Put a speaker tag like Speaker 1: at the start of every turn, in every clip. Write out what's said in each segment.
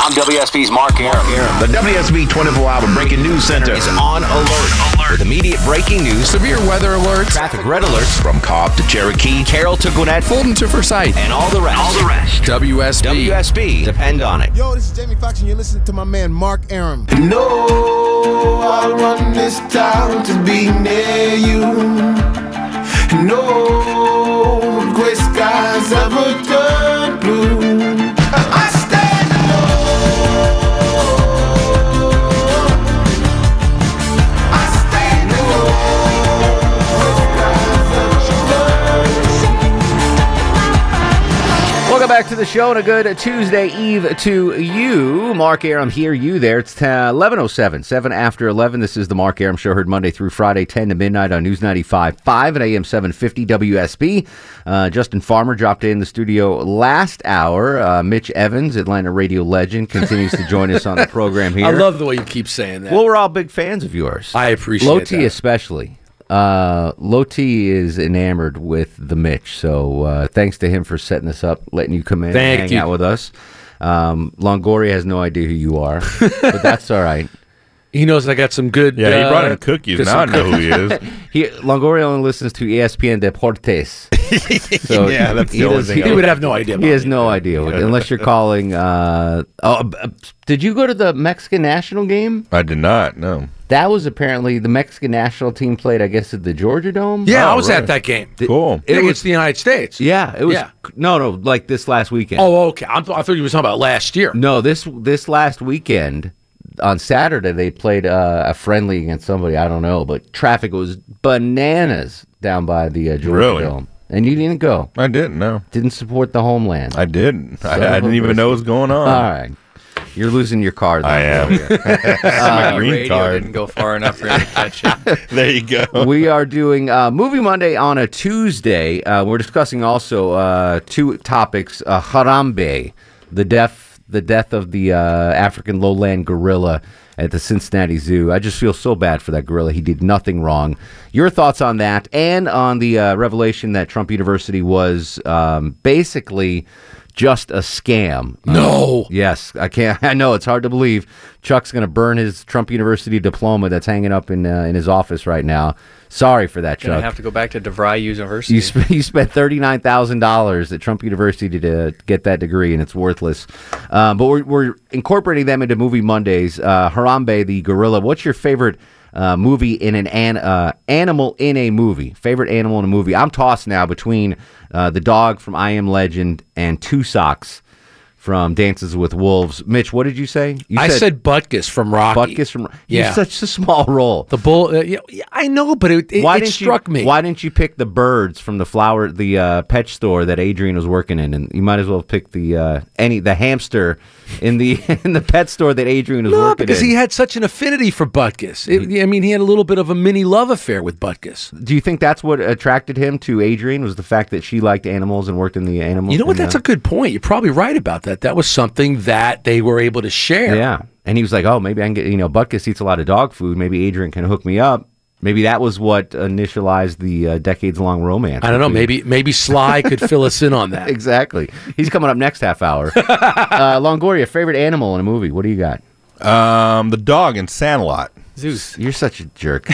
Speaker 1: I'm WSB's Mark Aram.
Speaker 2: The WSB 24 Hour Breaking News Center is on alert. alert. With immediate breaking news, severe weather alerts, traffic red alerts from Cobb to Cherokee, Carroll to Gwinnett,
Speaker 3: Fulton to Forsyth,
Speaker 2: and all the rest. All the rest.
Speaker 3: WSB.
Speaker 2: WSB. Depend on it.
Speaker 4: Yo, this is Jamie Foxx, and you're listening to my man Mark Aram.
Speaker 5: No, I want this town to be near you. No gray skies ever turn blue. I stand alone. I stand alone. Gray skies ever turn blue.
Speaker 6: Welcome back to the show and a good Tuesday Eve to you. Mark Aram here, you there. It's uh, 10, 11.07, 7 after 11. This is the Mark Aram Show, heard Monday through Friday, 10 to midnight on News 95.5 at AM 750 WSB. Uh, Justin Farmer dropped in the studio last hour. Uh, Mitch Evans, Atlanta radio legend, continues to join us on the program here.
Speaker 3: I love the way you keep saying that.
Speaker 6: well, we're all big fans of yours.
Speaker 3: I appreciate
Speaker 6: Low T
Speaker 3: that.
Speaker 6: especially. Uh, Low T is enamored with the Mitch, so uh, thanks to him for setting this up, letting you come in, and
Speaker 3: Thank
Speaker 6: hang
Speaker 3: you.
Speaker 6: out with us. Um, Longoria has no idea who you are, but that's all right.
Speaker 3: he knows I got some good.
Speaker 7: Yeah,
Speaker 3: uh,
Speaker 7: he brought in cookies.
Speaker 3: got
Speaker 7: Now I
Speaker 3: some
Speaker 7: know who he is.
Speaker 6: He Longoria only listens to E ESPN Deportes. So
Speaker 7: Yeah, that's
Speaker 6: he
Speaker 7: the only
Speaker 6: does-
Speaker 7: thing
Speaker 6: He,
Speaker 3: cookies. He would have no idea. About
Speaker 6: he has
Speaker 3: me.
Speaker 6: no idea what, unless you're calling. Uh, oh, b- b- did you go to the Mexican national game?
Speaker 7: I did not. No.
Speaker 6: That was apparently the Mexican national team played, I guess, at the Georgia Dome.
Speaker 3: Yeah,
Speaker 7: Oh,
Speaker 3: I was
Speaker 7: really?
Speaker 3: at that game.
Speaker 7: Cool.
Speaker 3: It was the United States.
Speaker 6: Yeah, it was
Speaker 3: Yeah.
Speaker 6: no, no, like this last weekend.
Speaker 3: Oh, okay. I'm, I thought you were talking about last year.
Speaker 6: no, this this last weekend on Saturday they played uh, a friendly against somebody I don't know, but traffic was bananas down by the uh, Georgia
Speaker 7: Really?
Speaker 6: Dome, and you didn't go,
Speaker 7: I didn't. No,
Speaker 6: didn't support the homeland.
Speaker 7: I didn't.
Speaker 6: Son of
Speaker 7: I, I
Speaker 6: a
Speaker 7: didn't even
Speaker 6: bitch.
Speaker 7: know what was going on.
Speaker 6: All right, you're losing your car.
Speaker 7: I am.
Speaker 6: Uh,
Speaker 7: My green
Speaker 8: Uh, radio
Speaker 7: card.
Speaker 8: didn't go far enough for him to catch it.
Speaker 7: There you go.
Speaker 6: we are doing uh, Movie Monday on a Tuesday. Uh, we're discussing also uh, two topics: uh, Harambe, the death, the death of the uh, African lowland gorilla at the Cincinnati Zoo. I just feel so bad for that gorilla. He did nothing wrong. Your thoughts on that, and on the uh, revelation that Trump University was um, basically just a scam. Uh,
Speaker 3: No.
Speaker 6: Yes, I can't. I know it's hard to believe. Chuck's going to burn his Trump University diploma that's hanging up in uh, in his office right now. Sorry for that,
Speaker 8: Gonna
Speaker 6: Chuck.
Speaker 8: have to go back to DeVry University.
Speaker 6: you, sp- you spent thirty nine thousand dollars at Trump University to get that degree, and it's worthless. Um, but we're, we're incorporating them into Movie Mondays. Uh, Harambe the gorilla. What's your favorite uh, movie in an, an uh, animal in a movie? Favorite animal in a movie? I'm tossed now between uh, the dog from I Am Legend and Two Socks from Dances with Wolves. Mitch, what did you say? You
Speaker 3: I said Butkus from Rocky.
Speaker 6: Butkus from.
Speaker 3: Yeah.
Speaker 6: You're such a small role.
Speaker 3: The bull. Uh, yeah, yeah, I know, but it, it, it
Speaker 6: didn't
Speaker 3: struck
Speaker 6: you,
Speaker 3: me.
Speaker 6: Why didn't you pick the birds from the flower, the uh, pet store that Adrian was working in, and you might as well pick the uh, any the hamster in the in the pet store that Adrian was
Speaker 3: No,
Speaker 6: working
Speaker 3: because
Speaker 6: in.
Speaker 3: he had such an affinity for Butkus. It- I mean, he had a little bit of a mini love affair with Butkus.
Speaker 6: Do you think that's what attracted him to Adrian? Was the fact that she liked animals uh, and worked in the animal?
Speaker 3: You know what?
Speaker 6: in the-
Speaker 3: That's a good point. You're probably right about that. That was something that they were able to share.
Speaker 6: yeah. And he was like, oh, maybe I can get you know Butkus eats a lot of dog food. Maybe Adrian can hook me up. Maybe that was what initialized the uh, decades long romance.
Speaker 3: I don't know.
Speaker 6: between-
Speaker 3: Maybe maybe Sly could fill us in on that.
Speaker 6: Exactly. He's coming up next half hour. uh, Longoria, favorite animal in a movie? What do you got?
Speaker 7: Um, the dog in Sandlot.
Speaker 8: Zeus.
Speaker 6: You're such a jerk.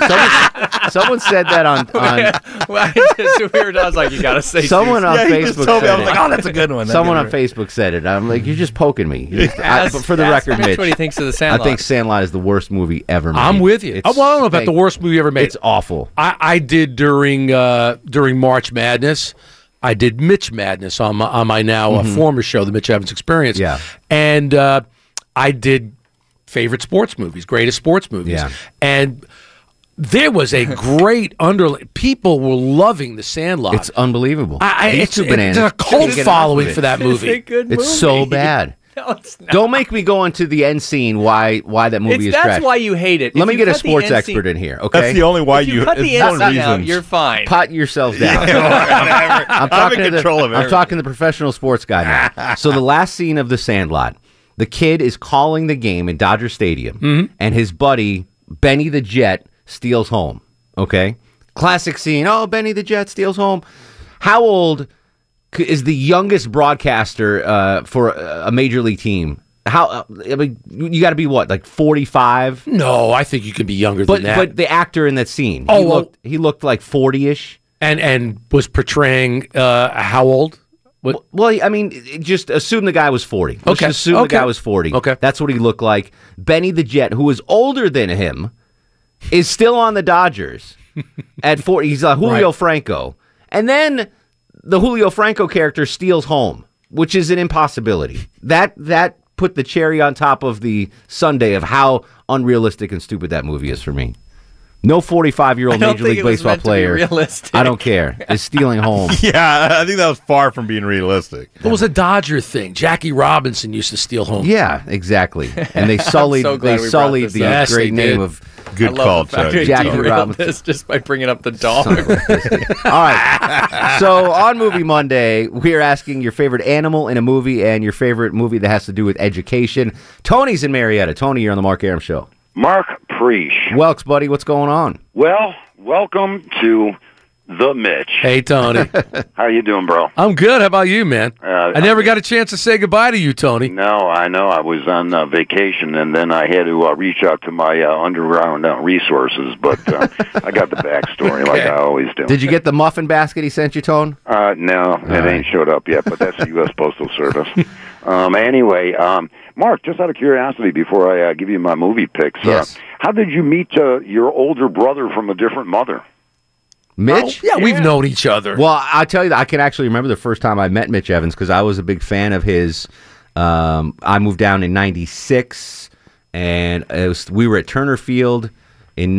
Speaker 6: someone, someone said that on, on
Speaker 8: Well, I just weird. I was like, you gotta say
Speaker 6: someone on Facebook
Speaker 7: I
Speaker 6: said
Speaker 7: was
Speaker 6: it.
Speaker 7: like, oh, that's a good one.
Speaker 6: someone on Facebook said it. I'm like, you're just poking me. You're just- I- but for the record, Mitch,
Speaker 8: what he thinks of the
Speaker 6: I
Speaker 8: Sandlot.
Speaker 6: think Sandlot is the worst movie ever made.
Speaker 3: I'm with you.
Speaker 6: It's
Speaker 3: well, I don't know about
Speaker 6: fake.
Speaker 3: the worst movie ever made.
Speaker 6: It's awful.
Speaker 3: I, I did during uh, during March Madness. I did Mitch Madness on my, on my now uh, former show, The Mitch Evans Experience.
Speaker 6: Mm-hmm. Yeah.
Speaker 3: and uh, I did favorite sports movies, greatest sports movies.
Speaker 6: Yeah.
Speaker 3: and there was a great underlay. People were loving The Sandlot.
Speaker 6: It's unbelievable.
Speaker 3: I, I,
Speaker 6: These
Speaker 3: it's,
Speaker 6: two
Speaker 3: it's
Speaker 6: bananas
Speaker 3: a
Speaker 6: couldn't
Speaker 3: cult
Speaker 6: get enough of
Speaker 3: following
Speaker 6: it.
Speaker 3: for that movie.
Speaker 8: good
Speaker 6: It's so bad.
Speaker 8: No, it's not.
Speaker 6: Don't make me go into the end scene. Why? Why that movie
Speaker 8: It's-
Speaker 6: is
Speaker 8: that's
Speaker 6: trash.
Speaker 8: why you hate it.
Speaker 6: Let
Speaker 8: If
Speaker 6: me
Speaker 8: you
Speaker 6: get a
Speaker 8: cut the
Speaker 6: sports
Speaker 8: end
Speaker 6: expert
Speaker 8: scene-
Speaker 6: in here. Okay.
Speaker 7: That's the only why
Speaker 8: If you,
Speaker 7: you.
Speaker 8: cut the
Speaker 7: it's
Speaker 8: end
Speaker 7: one
Speaker 8: scene out,
Speaker 7: reason.
Speaker 8: you're fine.
Speaker 6: Pot yourself down. I'm
Speaker 7: I'm
Speaker 6: talking
Speaker 7: in
Speaker 6: to the-
Speaker 7: control of
Speaker 6: I'm
Speaker 7: it.
Speaker 6: talking to the professional sports guy now. so the last scene of The Sandlot, the kid is calling the game in Dodger Stadium,
Speaker 3: Mm-hmm.
Speaker 6: and his buddy Benny the Jet steals home. Okay, classic scene. Oh, Benny the Jet steals home. How old c- is the youngest broadcaster uh, for a a major league team? How uh, I mean, you got to be what, like forty five?
Speaker 3: No, I think you can be younger
Speaker 6: But
Speaker 3: than that.
Speaker 6: but the actor in that scene,
Speaker 3: Oh,
Speaker 6: he
Speaker 3: well-
Speaker 6: looked, he looked like forty ish.
Speaker 3: and and was portraying uh, how old? What?
Speaker 6: Well, I mean, it- just assume the guy was 40. Let's
Speaker 3: Okay.
Speaker 6: just assume
Speaker 3: Okay.
Speaker 6: the guy was 40.
Speaker 3: Okay.
Speaker 6: That's what he looked like. Benny the Jet, who is older than him, is still on the Dodgers at 40. He's uh, Julio
Speaker 3: Right.
Speaker 6: Franco. And then the Julio Franco character steals home, which is an impossibility. That that put the cherry on top of the Sunday of how unrealistic and stupid that movie is for me. No 45 year old
Speaker 8: don't
Speaker 6: Major
Speaker 8: think
Speaker 6: League
Speaker 8: it was
Speaker 6: Baseball
Speaker 8: meant to be
Speaker 6: player.
Speaker 8: realistic.
Speaker 6: I don't care. Is stealing home.
Speaker 7: Yeah, I think that was far from being realistic.
Speaker 3: It was a Dodger thing. Jackie Robinson used to steal home.
Speaker 6: Yeah, exactly. And they sullied
Speaker 8: so glad
Speaker 6: they
Speaker 8: we brought
Speaker 6: sullied
Speaker 8: this
Speaker 6: the
Speaker 8: up.
Speaker 3: Yes,
Speaker 6: great
Speaker 3: they
Speaker 6: name
Speaker 3: did.
Speaker 6: of
Speaker 7: Good
Speaker 8: I
Speaker 7: call,
Speaker 8: love the fact
Speaker 7: Chuck.
Speaker 8: that
Speaker 6: Jackie
Speaker 8: you derailed
Speaker 6: Robinson.
Speaker 8: this just by bringing up the dog.
Speaker 6: All right. so on Movie Monday, we are asking your favorite animal in a movie and your favorite movie that has to do with education. Tony's in Marietta. Tony, you're on the Mark Aram show.
Speaker 9: Mark Preach.
Speaker 6: Welks, buddy, what's going on?
Speaker 9: Well, welcome to the Mitch.
Speaker 3: Hey Tony,
Speaker 9: How you doing, bro?
Speaker 3: I'm good. How about you, man?
Speaker 9: Uh,
Speaker 3: I never got a chance to say goodbye to you, Tony.
Speaker 9: No, I know I was on uh, vacation, and then I had to uh, reach out to my uh, underground uh, resources, but uh, I got the backstory like I always do.
Speaker 6: Did you get the muffin basket he sent you, Tone?
Speaker 9: Uh, no, it ain't showed up yet, but that's the U.S. Postal Service. Um, anyway, um, Mark, just out of curiosity, before I uh, give you my movie picks,
Speaker 6: Yes.
Speaker 9: uh, how did you meet uh, your older brother from a different mother?
Speaker 6: Mitch?
Speaker 3: Oh, Yeah, we've known each other.
Speaker 6: Well, I'll tell you that I can actually remember the first time I met Mitch Evans because I was a big fan of his. Um, I moved down in '96, and it was, we were at Turner Field in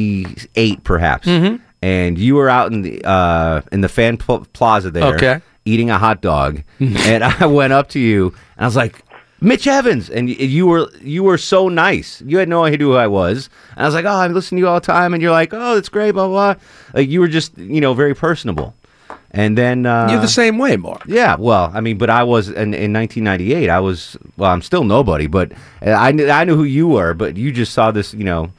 Speaker 6: '98, perhaps.
Speaker 10: Mm-hmm.
Speaker 7: Mm-hmm.
Speaker 6: And you were out in the uh, in the fan pl- plaza there,
Speaker 3: Okay.
Speaker 6: eating a hot dog, and I went up to you and I was like. Mitch Evans, and y- you were you were so nice. You had no idea who I was, and I was like, "Oh, I listen to you all the time," and you're like, "Oh, that's great, blah blah." blah." Like you were just you know very personable, and then uh,
Speaker 3: You're the same way, Mark.
Speaker 6: yeah, well, I mean, but I was in, in 1998. I was well, I'm still nobody, but I knew I knew who you were. But you just saw this, you know,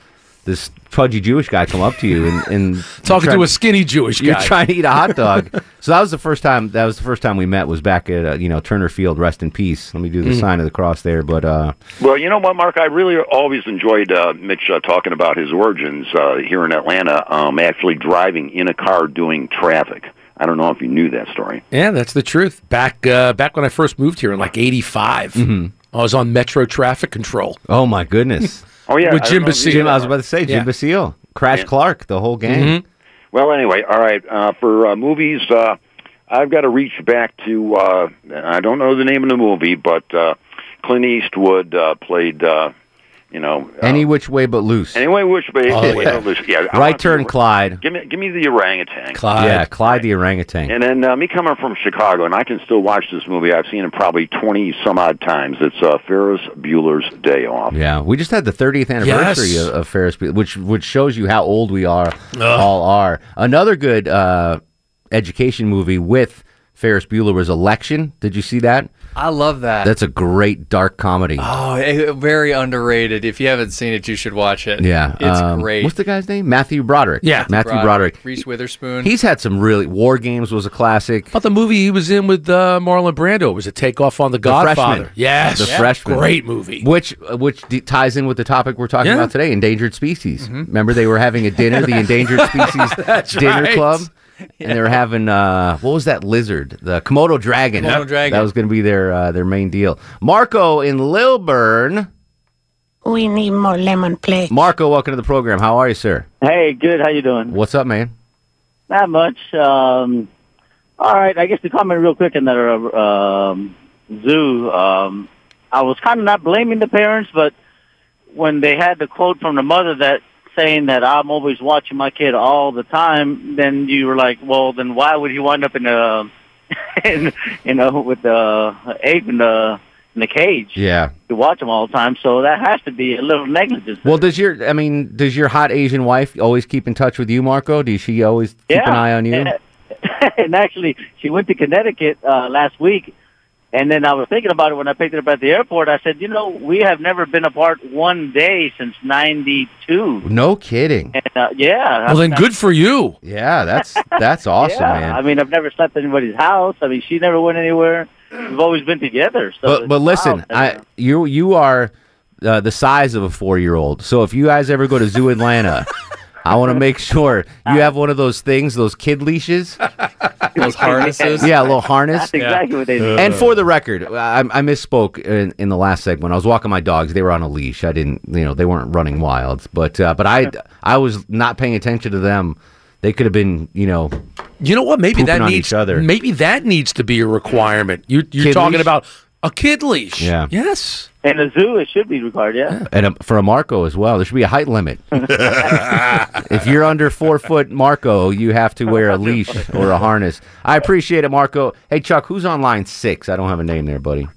Speaker 6: this pudgy Jewish guy come up to you and, and
Speaker 3: Talking
Speaker 6: you're
Speaker 3: to a
Speaker 6: trying-
Speaker 3: skinny Jewish guy.
Speaker 6: You're trying to eat a hot dog. so that was the first time. That was the first time we met. Was back at uh, you know Turner Field. Rest in peace. Let me do the sign of the cross there. But uh,
Speaker 9: Well, you know what, Mark? I really always enjoyed uh, Mitch uh, talking about his origins uh, here in Atlanta, um, actually driving in a car doing traffic. I don't know if you knew that story.
Speaker 3: Yeah, that's the truth. Back uh, back when I first moved here in like '85, I was on Metro traffic control.
Speaker 6: oh my goodness,
Speaker 9: Oh, yeah.
Speaker 3: With
Speaker 9: I don't
Speaker 3: Jim
Speaker 9: know if you
Speaker 3: Basile.
Speaker 9: knew
Speaker 6: Jim,
Speaker 9: that,
Speaker 6: I was
Speaker 9: Mark.
Speaker 6: about to say
Speaker 3: Yeah.
Speaker 6: Jim Basile, Crash Clark, the whole gang.
Speaker 9: Well, anyway, all right. Uh, for uh, movies, uh, I've got to reach back to uh, I don't know the name of the movie, but uh, Clint Eastwood uh, played, uh, you know, uh,
Speaker 6: Any which way but loose.
Speaker 9: anyway, which way?
Speaker 3: Oh, yeah.
Speaker 9: yeah I
Speaker 6: right
Speaker 9: want the-
Speaker 6: turn, Clyde.
Speaker 9: Give me, give me the orangutan.
Speaker 3: Clyde.
Speaker 6: yeah, Clyde the orangutan.
Speaker 9: And then uh, me coming from Chicago, and I can still watch this movie. I've seen it probably twenty some odd times. It's uh, Ferris Bueller's Day Off.
Speaker 6: Yeah, we just had the 30th anniversary
Speaker 3: Yes.
Speaker 6: of, of Ferris, Bueller, which which shows you how old we are, all are. Another good uh, education movie with Ferris Bueller was Election. Did you see that?
Speaker 8: I love that.
Speaker 6: That's a great dark comedy.
Speaker 8: oh, eh, very underrated. If you haven't seen it, you should watch it.
Speaker 6: yeah,
Speaker 8: it's
Speaker 6: um,
Speaker 8: great.
Speaker 6: What's the guy's name? Matthew Broderick.
Speaker 3: Yeah.
Speaker 6: Matthew Broderick.
Speaker 8: Reese Witherspoon.
Speaker 6: He's had some really. War Games was a classic.
Speaker 3: But the movie he was in with uh, Marlon Brando was a takeoff on The
Speaker 6: Freshman.
Speaker 3: Godfather. Yes,
Speaker 6: The Freshman.
Speaker 3: Great movie.
Speaker 6: Which uh, which d- ties in with the topic we're talking
Speaker 3: Yeah. Mm-hmm.
Speaker 6: about today, endangered species. Remember, they were having a dinner, the endangered species dinner
Speaker 3: right.
Speaker 6: club, and they were having uh, what was that lizard, the Komodo dragon?
Speaker 8: Komodo dragon.
Speaker 6: That was going to be their uh, their main deal. Marco in Lilburn.
Speaker 11: We need more lemon, please.
Speaker 6: Marco, welcome to the program. How are you, sir?
Speaker 12: Hey, good. How you doing?
Speaker 6: What's up, man?
Speaker 12: Not much. Um, all right. I guess to comment real quick on that uh, um, zoo, um, I was kind of not blaming the parents, but when they had the quote from the mother that saying that I'm always watching my kid all the time, then you were like, well, then why would he wind up in a, in, you know, with the egg in the in the cage
Speaker 6: Yeah.
Speaker 12: to watch them all the time. So that has to be a little negligence.
Speaker 6: Well, does your I mean, does your hot Asian wife always keep in touch with you, Marco? Does she always keep an eye on you?
Speaker 12: And, uh, and actually, she went to Connecticut uh, last week, and then I was thinking about it when I picked her up at the airport. I said, you know, we have never been apart one day since '92.
Speaker 6: No kidding.
Speaker 12: And uh, yeah.
Speaker 6: Well,
Speaker 12: I-
Speaker 6: then good for you. Yeah, that's that's awesome,
Speaker 12: yeah.
Speaker 6: man.
Speaker 12: I mean, I've never slept at anybody's house. I mean, she never went anywhere. We've always been together. So
Speaker 6: but but listen, I you you are uh, the size of a four year old. So if you guys ever go to Zoo Atlanta, I want to make sure
Speaker 12: Uh-huh.
Speaker 6: you have one of those things, those kid leashes.
Speaker 8: Those harnesses.
Speaker 6: Yeah, a little harness.
Speaker 12: That's exactly what they do.
Speaker 6: And for the record, I, I misspoke in, in the last segment. I was walking my dogs; they were on a leash. I didn't, you know, they weren't running wild. But uh, but I I was not paying attention to them. They could have been, you know,
Speaker 3: You know what? Maybe
Speaker 6: pooping
Speaker 3: that
Speaker 6: on
Speaker 3: needs
Speaker 6: each other.
Speaker 3: maybe that needs to be a requirement. You, you're
Speaker 6: Kid
Speaker 3: talking
Speaker 6: leash?
Speaker 3: about a kid leash.
Speaker 6: Yeah.
Speaker 3: Yes.
Speaker 12: And a zoo, it should be required. Yeah.
Speaker 6: and a, for a Marco as well, there should be a height limit. if you're under four foot Marco, you have to wear a leash or a harness. I appreciate it, Marco. Hey Chuck, who's on line six? I don't have a name there, buddy.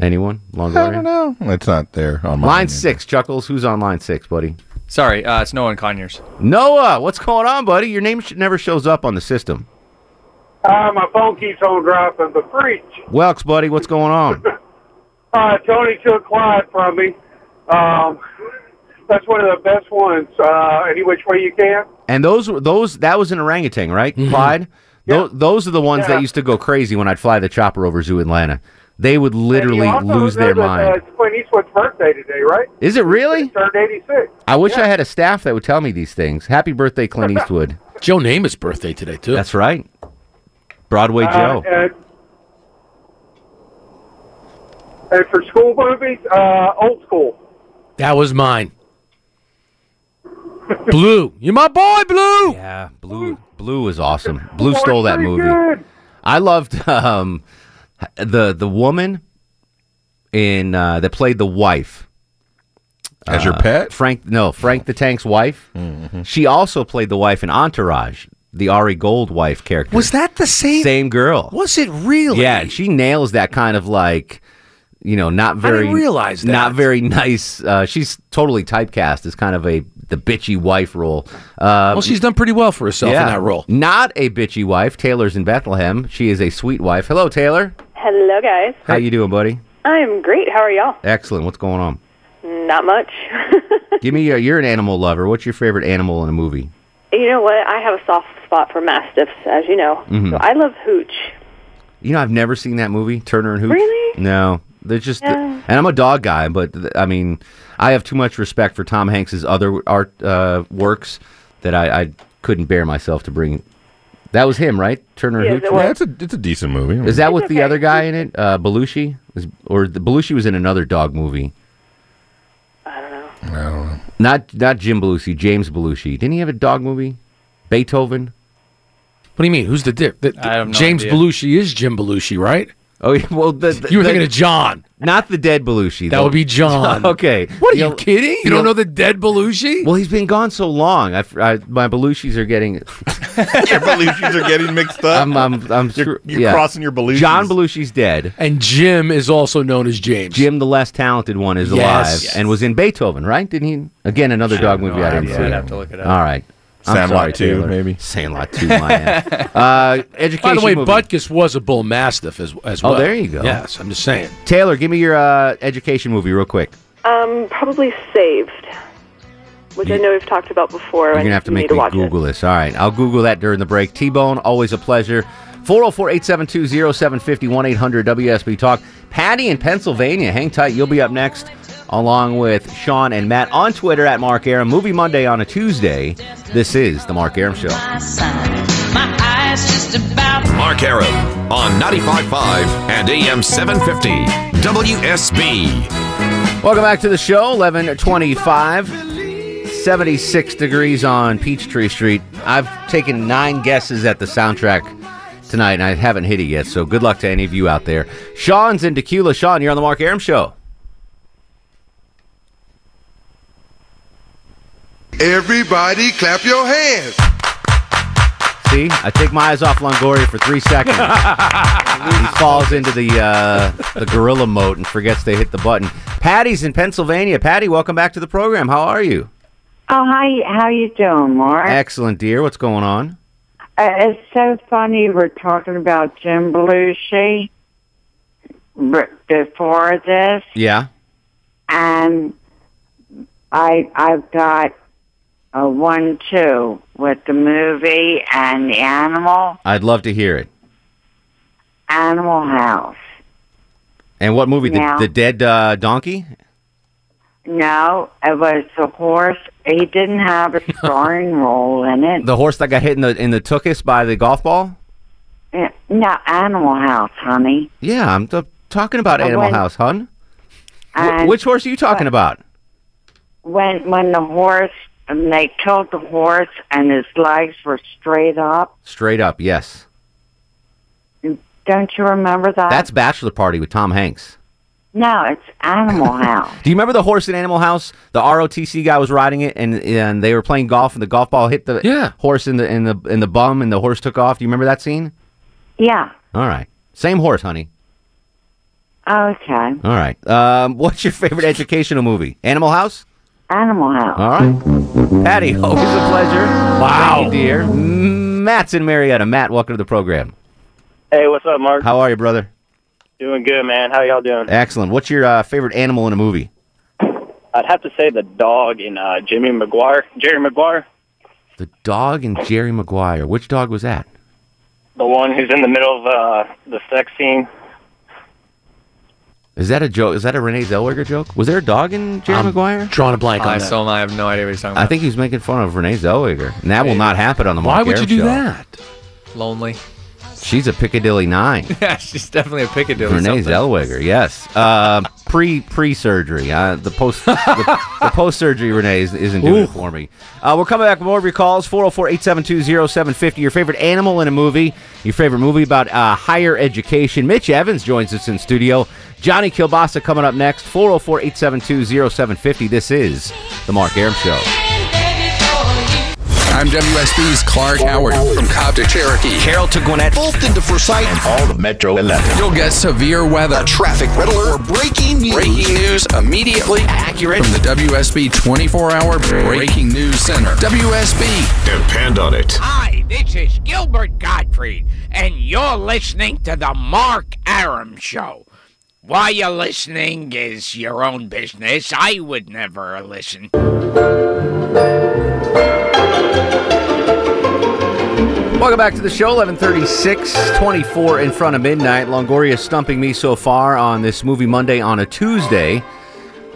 Speaker 6: Anyone? Longoria?
Speaker 7: I don't know. It's not there on my
Speaker 6: Line six, Chuckles. Who's on line six, buddy?
Speaker 8: Sorry, uh, it's Noah and Conyers.
Speaker 6: Noah, what's going on, buddy? Your name sh- never shows up on the system.
Speaker 13: Uh, my phone keeps on dropping, but preach.
Speaker 6: Welks, buddy, what's going on?
Speaker 13: Uh, Tony took Clyde from me. Um, that's one of the best ones. Uh, any which way you can.
Speaker 6: And those were those that was an orangutan, right, Clyde? Tho- those are the ones that used to go crazy when I'd fly the chopper over Zoo Atlanta. They would literally
Speaker 13: You also
Speaker 6: lose
Speaker 13: know
Speaker 6: their
Speaker 13: that,
Speaker 6: mind.
Speaker 13: Uh, it's Clint Eastwood's birthday today, right?
Speaker 6: Is it really?
Speaker 13: He turned 86.
Speaker 6: I wish I had a staff that would tell me these things. Happy birthday, Clint Eastwood.
Speaker 3: Joe Namath's birthday today too.
Speaker 6: That's right. Broadway
Speaker 13: Uh,
Speaker 6: Joe.
Speaker 13: and, and for school movies, uh, old school.
Speaker 3: That was mine. Blue, you're my boy, Blue.
Speaker 6: Yeah, Blue. Blue was awesome. Blue stole that movie. I loved um, the the woman in uh, that played the wife
Speaker 7: As your
Speaker 6: Uh,
Speaker 7: pet?
Speaker 6: Frank. No, Frank the Tank's wife.
Speaker 3: Mm-hmm.
Speaker 6: She also played the wife in Entourage, the Ari Gold wife character.
Speaker 3: Was that the same?
Speaker 6: Same girl.
Speaker 3: Was it really?
Speaker 6: Yeah, and she nails that kind of like, you know, not
Speaker 3: didn't
Speaker 6: very
Speaker 3: realize that.
Speaker 6: not very nice. Uh, she's totally typecast as kind of a the bitchy wife role. Uh,
Speaker 3: Well, she's done pretty well for herself in that role.
Speaker 6: Not a bitchy wife. Taylor's in Bethlehem. She is a sweet wife. Hello, Taylor.
Speaker 14: Hello, guys.
Speaker 6: How you doing, buddy?
Speaker 14: I'm great. How are y'all?
Speaker 6: Excellent. What's going on?
Speaker 14: Not much.
Speaker 6: Give me your. You're an animal lover. What's your favorite animal in a movie?
Speaker 14: you know what? I have a soft spot for mastiffs, as you know.
Speaker 6: Mhm.
Speaker 14: So I love hooch.
Speaker 6: You know, I've never seen that movie, Turner and Hooch.
Speaker 14: Really?
Speaker 6: No. They're just,
Speaker 14: Yeah.
Speaker 6: and I'm a dog guy, but th- I mean, I have too much respect for Tom Hanks's other art uh, works that I, I couldn't bear myself to bring. That was him, right? Turner
Speaker 14: Yes,
Speaker 6: and Hooch.
Speaker 14: it was. Yeah,
Speaker 7: it's a it's a decent movie.
Speaker 6: Is that with the other guy in it, uh, Belushi? Is, or the, Belushi was in another dog movie? I don't know. Not not Jim Belushi, James Belushi. Didn't he have a dog movie? Beethoven.
Speaker 3: What do you mean? Who's the dick? The-
Speaker 8: I have no
Speaker 3: James
Speaker 8: idea.
Speaker 3: Belushi is Jim Belushi, right?
Speaker 6: Oh yeah, well, the, the-
Speaker 3: You were
Speaker 6: the-
Speaker 3: thinking of John.
Speaker 6: not the dead Belushi.
Speaker 3: That
Speaker 6: the-
Speaker 3: would be John.
Speaker 6: okay.
Speaker 3: What are
Speaker 6: The
Speaker 3: you
Speaker 6: al-
Speaker 3: kidding? You
Speaker 6: al-
Speaker 3: don't know the dead Belushi?
Speaker 6: Well, he's been gone so long. I, I- my Belushis are getting.
Speaker 7: Your Belushis are getting mixed up.
Speaker 6: I'm, I'm, I'm screw-
Speaker 7: You're
Speaker 6: yeah.
Speaker 7: crossing your Belushis.
Speaker 6: John Belushi's dead.
Speaker 3: And Jim is also known as James.
Speaker 6: Jim, the less talented one, is
Speaker 3: Yes.
Speaker 6: alive
Speaker 3: Yes.
Speaker 6: and was in Beethoven, right? Didn't he? Again, another dog movie I didn't see.
Speaker 8: I'd have to look it up.
Speaker 6: All right. I'm
Speaker 7: Sandlot
Speaker 6: sorry,
Speaker 7: 2,
Speaker 6: Taylor.
Speaker 7: maybe.
Speaker 6: Sandlot 2, my ass. Uh, education
Speaker 3: By the way,
Speaker 6: movie.
Speaker 3: Butkus was a bull mastiff as, as
Speaker 6: Oh,
Speaker 3: well.
Speaker 6: there you go.
Speaker 3: Yes, I'm just saying.
Speaker 6: Taylor, give me your uh, education movie real quick.
Speaker 14: Um, probably saved, which I know we've talked about before.
Speaker 6: You're
Speaker 14: and
Speaker 6: going to have to
Speaker 14: you
Speaker 6: make
Speaker 14: need to
Speaker 6: me
Speaker 14: watch
Speaker 6: Google this. All right. I'll Google that during the break. T Bone, always a pleasure. 404 872 0750 1 800 WSB Talk. Patty in Pennsylvania. Hang tight. You'll be up next, along with Sean and Matt on Twitter at Mark Aram. Movie Monday on a Tuesday. This is The Mark Aram Show.
Speaker 15: My eyes just about.
Speaker 2: Mark Aram on 95.5 and AM 750 WSB.
Speaker 6: Welcome back to the show. 1125, 76 degrees on Peachtree Street. I've taken nine guesses at the soundtrack tonight, and I haven't hit it yet, so good luck to any of you out there. Sean's in Tequila. Sean, you're on the Mark Aram Show.
Speaker 5: Everybody clap your hands.
Speaker 6: See, I take my eyes off Longoria for three seconds. he falls into the uh, the gorilla mode and forgets to hit the button. Patty's in Pennsylvania. Patty, welcome back to the program. How are you?
Speaker 16: Oh, hi. How you doing, Laura?
Speaker 6: Excellent, dear. What's going on?
Speaker 16: Uh, it's so funny we're talking about Jim Belushi b- before this,
Speaker 6: Yeah.
Speaker 16: and I I've got a one-two with the movie and the animal,
Speaker 6: I'd love to hear it.
Speaker 16: Animal House.
Speaker 6: And what movie?
Speaker 16: Yeah.
Speaker 6: The, the dead uh, donkey?
Speaker 16: No, it was the horse. He didn't have a starring role in it.
Speaker 6: The horse that got hit in the in the tuchus by the golf ball?
Speaker 16: Yeah, No, Animal House, honey.
Speaker 6: Yeah, I'm t- talking about
Speaker 16: Uh,
Speaker 6: Animal
Speaker 16: when-
Speaker 6: House, hun. Wh-
Speaker 16: And-
Speaker 6: which horse are you talking about?
Speaker 16: when when the horse and they killed the horse and his legs were straight up.
Speaker 6: Straight up, yes.
Speaker 16: Don't you remember that?
Speaker 6: That's Bachelor Party with Tom Hanks.
Speaker 16: no, it's Animal House.
Speaker 6: Do you remember the horse in Animal House? The ROTC guy was riding it, and and they were playing golf, and the golf ball hit the horse in the in the in the bum, and the horse took off. Do you remember that scene?
Speaker 16: Yeah.
Speaker 6: All right, same horse, honey.
Speaker 16: Okay.
Speaker 6: All right. Um, what's your favorite educational movie? Animal House.
Speaker 16: Animal House.
Speaker 6: All right. Patty, always a pleasure. Wow, Thank you, dear. Matt's in Marietta. Matt, welcome to the program.
Speaker 17: Hey, what's up, Mark?
Speaker 6: How are you, brother?
Speaker 17: Doing good, man. How y'all doing?
Speaker 6: Excellent. What's your uh, favorite animal in a movie?
Speaker 17: I'd have to say the dog in uh, Jimmy McGuire, Jerry McGuire,
Speaker 6: The dog and Jerry Maguire. Which dog was that?
Speaker 17: the one who's in the middle of uh, the sex scene.
Speaker 6: Is that a joke? Is that a Renee Zellweger joke? Was there a dog in Jerry Maguire? Drawing a blank
Speaker 8: I so I have no idea what he's talking
Speaker 6: I
Speaker 8: about.
Speaker 6: think he was making fun of Renee Zellweger, and that will not happen on the
Speaker 8: Why
Speaker 6: Mark
Speaker 8: would you
Speaker 6: Arum
Speaker 8: do
Speaker 6: show.
Speaker 8: that? Lonely.
Speaker 6: She's a Piccadilly Nine.
Speaker 8: Yeah, she's definitely a Piccadilly.
Speaker 6: Renee
Speaker 8: something.
Speaker 6: Zellweger, yes. Uh, pre pre surgery, uh, the post the, the post surgery Renee is, isn't doing
Speaker 10: Ooh.
Speaker 6: it for me. Uh, we're coming back with more of your calls 404-872-0750. Your favorite animal in a movie, your favorite movie about uh, higher education. Mitch Evans joins us in studio. Johnny Kilbasa coming up next 404-872-0750. This is the Mark Aram Show.
Speaker 2: I'm WSB's Clark Howard from Cobb to Cherokee, Carroll to Gwinnett, Fulton to Forsyth, and all the Metro 11. You'll get severe weather, a traffic riddler, or breaking news. Breaking news immediately accurate from the WSB 24 hour breaking news center. WSB. Depend on it.
Speaker 18: Hi, this is Gilbert Gottfried, and you're listening to the Mark Aram Show. Why you're listening is your own business. I would never listen.
Speaker 6: Welcome back to the show, 1136, 24 in front of midnight. Longoria stumping me so far on this movie Monday on a Tuesday.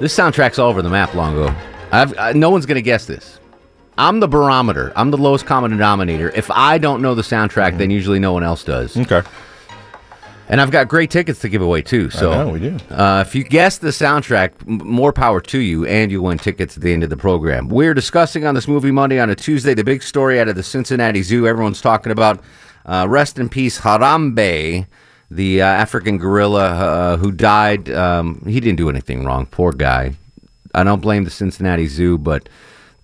Speaker 6: This soundtrack's all over the map, Longo. I've, I, no one's going to guess this. I'm the barometer. I'm the lowest common denominator. If I don't know the soundtrack, then usually no one else does. Okay. And I've got great tickets to give away too. So
Speaker 7: know, we do.
Speaker 6: Uh, if you guess the soundtrack, m- more power to you, and you win tickets at the end of the program. We're discussing on this movie Monday on a Tuesday the big story out of the Cincinnati Zoo. Everyone's talking about. Uh, rest in peace, Harambe, the uh, African gorilla uh, who died. Um, he didn't do anything wrong. Poor guy. I don't blame the Cincinnati Zoo, but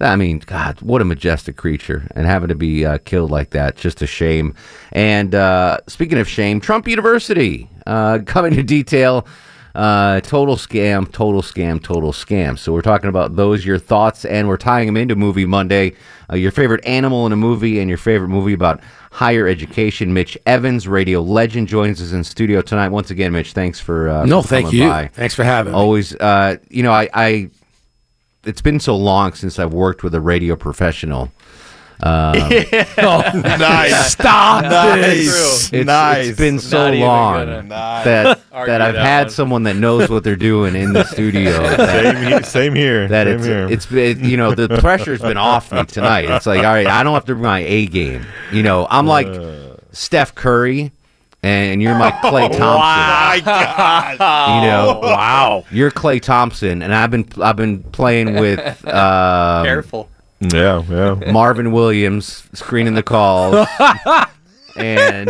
Speaker 6: I mean, God, what a majestic creature, and having to be uh, killed like that, just a shame. And uh, speaking of shame, Trump University uh, coming to detail. Uh, total scam, total scam, total scam. So we're talking about those your thoughts, and we're tying them into Movie Monday. Uh, your favorite animal in a movie, and your favorite movie about higher education. Mitch Evans, radio legend, joins us in studio tonight once again. Mitch, thanks for uh,
Speaker 3: No,
Speaker 6: for
Speaker 3: thank
Speaker 6: coming
Speaker 3: you.
Speaker 6: by.
Speaker 3: Thanks for having me.
Speaker 6: Always, uh, you know, I, I it's been so long since I've worked with a radio professional. Um,
Speaker 7: Oh, nice.
Speaker 8: Ah,
Speaker 3: Stop
Speaker 7: Nice.
Speaker 6: It's-
Speaker 7: Nice.
Speaker 6: it's been so
Speaker 7: Not even
Speaker 6: long
Speaker 7: gonna
Speaker 6: that
Speaker 7: argue
Speaker 6: that I've
Speaker 7: that
Speaker 6: had
Speaker 7: one.
Speaker 6: someone that knows what they're doing in the studio. that-
Speaker 7: Same he- same here,
Speaker 6: That
Speaker 7: same
Speaker 6: it's
Speaker 7: here.
Speaker 6: it's been you know the pressure's been off me tonight. It's like all right, I don't have to bring my A game. You know, I'm like
Speaker 7: Uh.
Speaker 6: Steph Curry, and you're my Clay Thompson.
Speaker 7: Oh, My God.
Speaker 6: You know,
Speaker 10: Oh.
Speaker 6: wow. You're Clay Thompson, and I've been I've been playing with um,
Speaker 7: Careful. Yeah, yeah.
Speaker 6: Marvin Williams screening the calls, and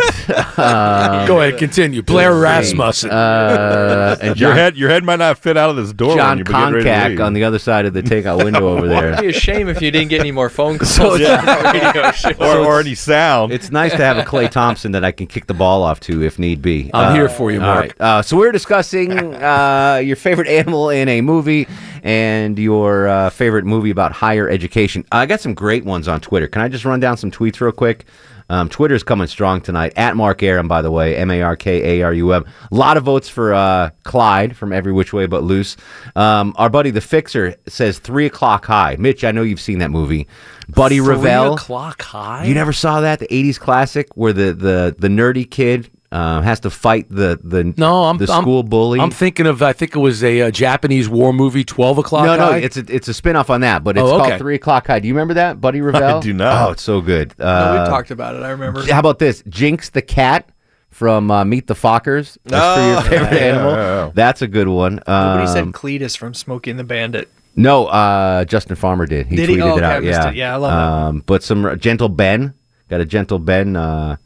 Speaker 6: uh,
Speaker 3: Go ahead, continue. Blair
Speaker 6: let's see,
Speaker 3: Rasmussen.
Speaker 6: uh, and
Speaker 3: Your
Speaker 6: John-
Speaker 3: head-
Speaker 7: Your head might not fit out of this door.
Speaker 6: John
Speaker 7: when you begin ready to
Speaker 6: Konkac
Speaker 7: leave.
Speaker 6: on the other side of the takeout window over there.
Speaker 8: It'd be a shame if you didn't get any more phone calls.
Speaker 6: So
Speaker 8: from the radio show.
Speaker 6: any sound. It's nice to have a Clay Thompson that I can kick the ball off to if need be.
Speaker 3: I'm here for you,
Speaker 6: all
Speaker 3: Mark.
Speaker 6: right. Uh, so we're discussing uh, your favorite animal in a movie and your uh, favorite movie about higher education. I got some great ones on Twitter. Can I just run down some tweets real quick? Um, Twitter's coming strong tonight. At Mark Arum, by the way, M A R K A R U M. A lot of votes for uh, Clyde from Every Which Way But Loose. Um, our buddy the Fixer says three o'clock high. Mitch, I know you've seen that movie. Buddy
Speaker 3: Three
Speaker 6: Revell.
Speaker 3: o'clock high.
Speaker 6: You never saw that the '80s classic where the the the nerdy kid um, has to fight the the
Speaker 3: No, I'm
Speaker 6: the
Speaker 3: I'm-
Speaker 6: school bully.
Speaker 3: I'm thinking of. I think it was a uh, Japanese war movie, Twelve O'clock.
Speaker 6: no, no,
Speaker 3: High.
Speaker 6: it's a, it's a spin off on that, but it's
Speaker 3: Oh, okay.
Speaker 6: called Three O'clock High. Do you remember that, Buddy Revell?
Speaker 3: do not.
Speaker 6: Oh, it's so good.
Speaker 3: No, we've
Speaker 8: talked about it. I remember.
Speaker 6: How about this? Jinx the cat from uh, Meet the Fockers. That's
Speaker 8: Oh,
Speaker 6: for your favorite
Speaker 8: yeah,
Speaker 6: animal.
Speaker 8: yeah, yeah.
Speaker 6: That's a good one.
Speaker 8: Nobody said
Speaker 6: Um,
Speaker 8: Cletus from Smoking the Bandit.
Speaker 6: No, uh, Justin Farmer did. He
Speaker 8: Did
Speaker 6: tweeted
Speaker 8: he? Oh,
Speaker 6: it
Speaker 8: okay, I
Speaker 6: out.
Speaker 8: missed
Speaker 6: yeah,
Speaker 8: it. Yeah, I love that.
Speaker 6: um, But some uh, gentle Ben got a gentle Ben. Uh,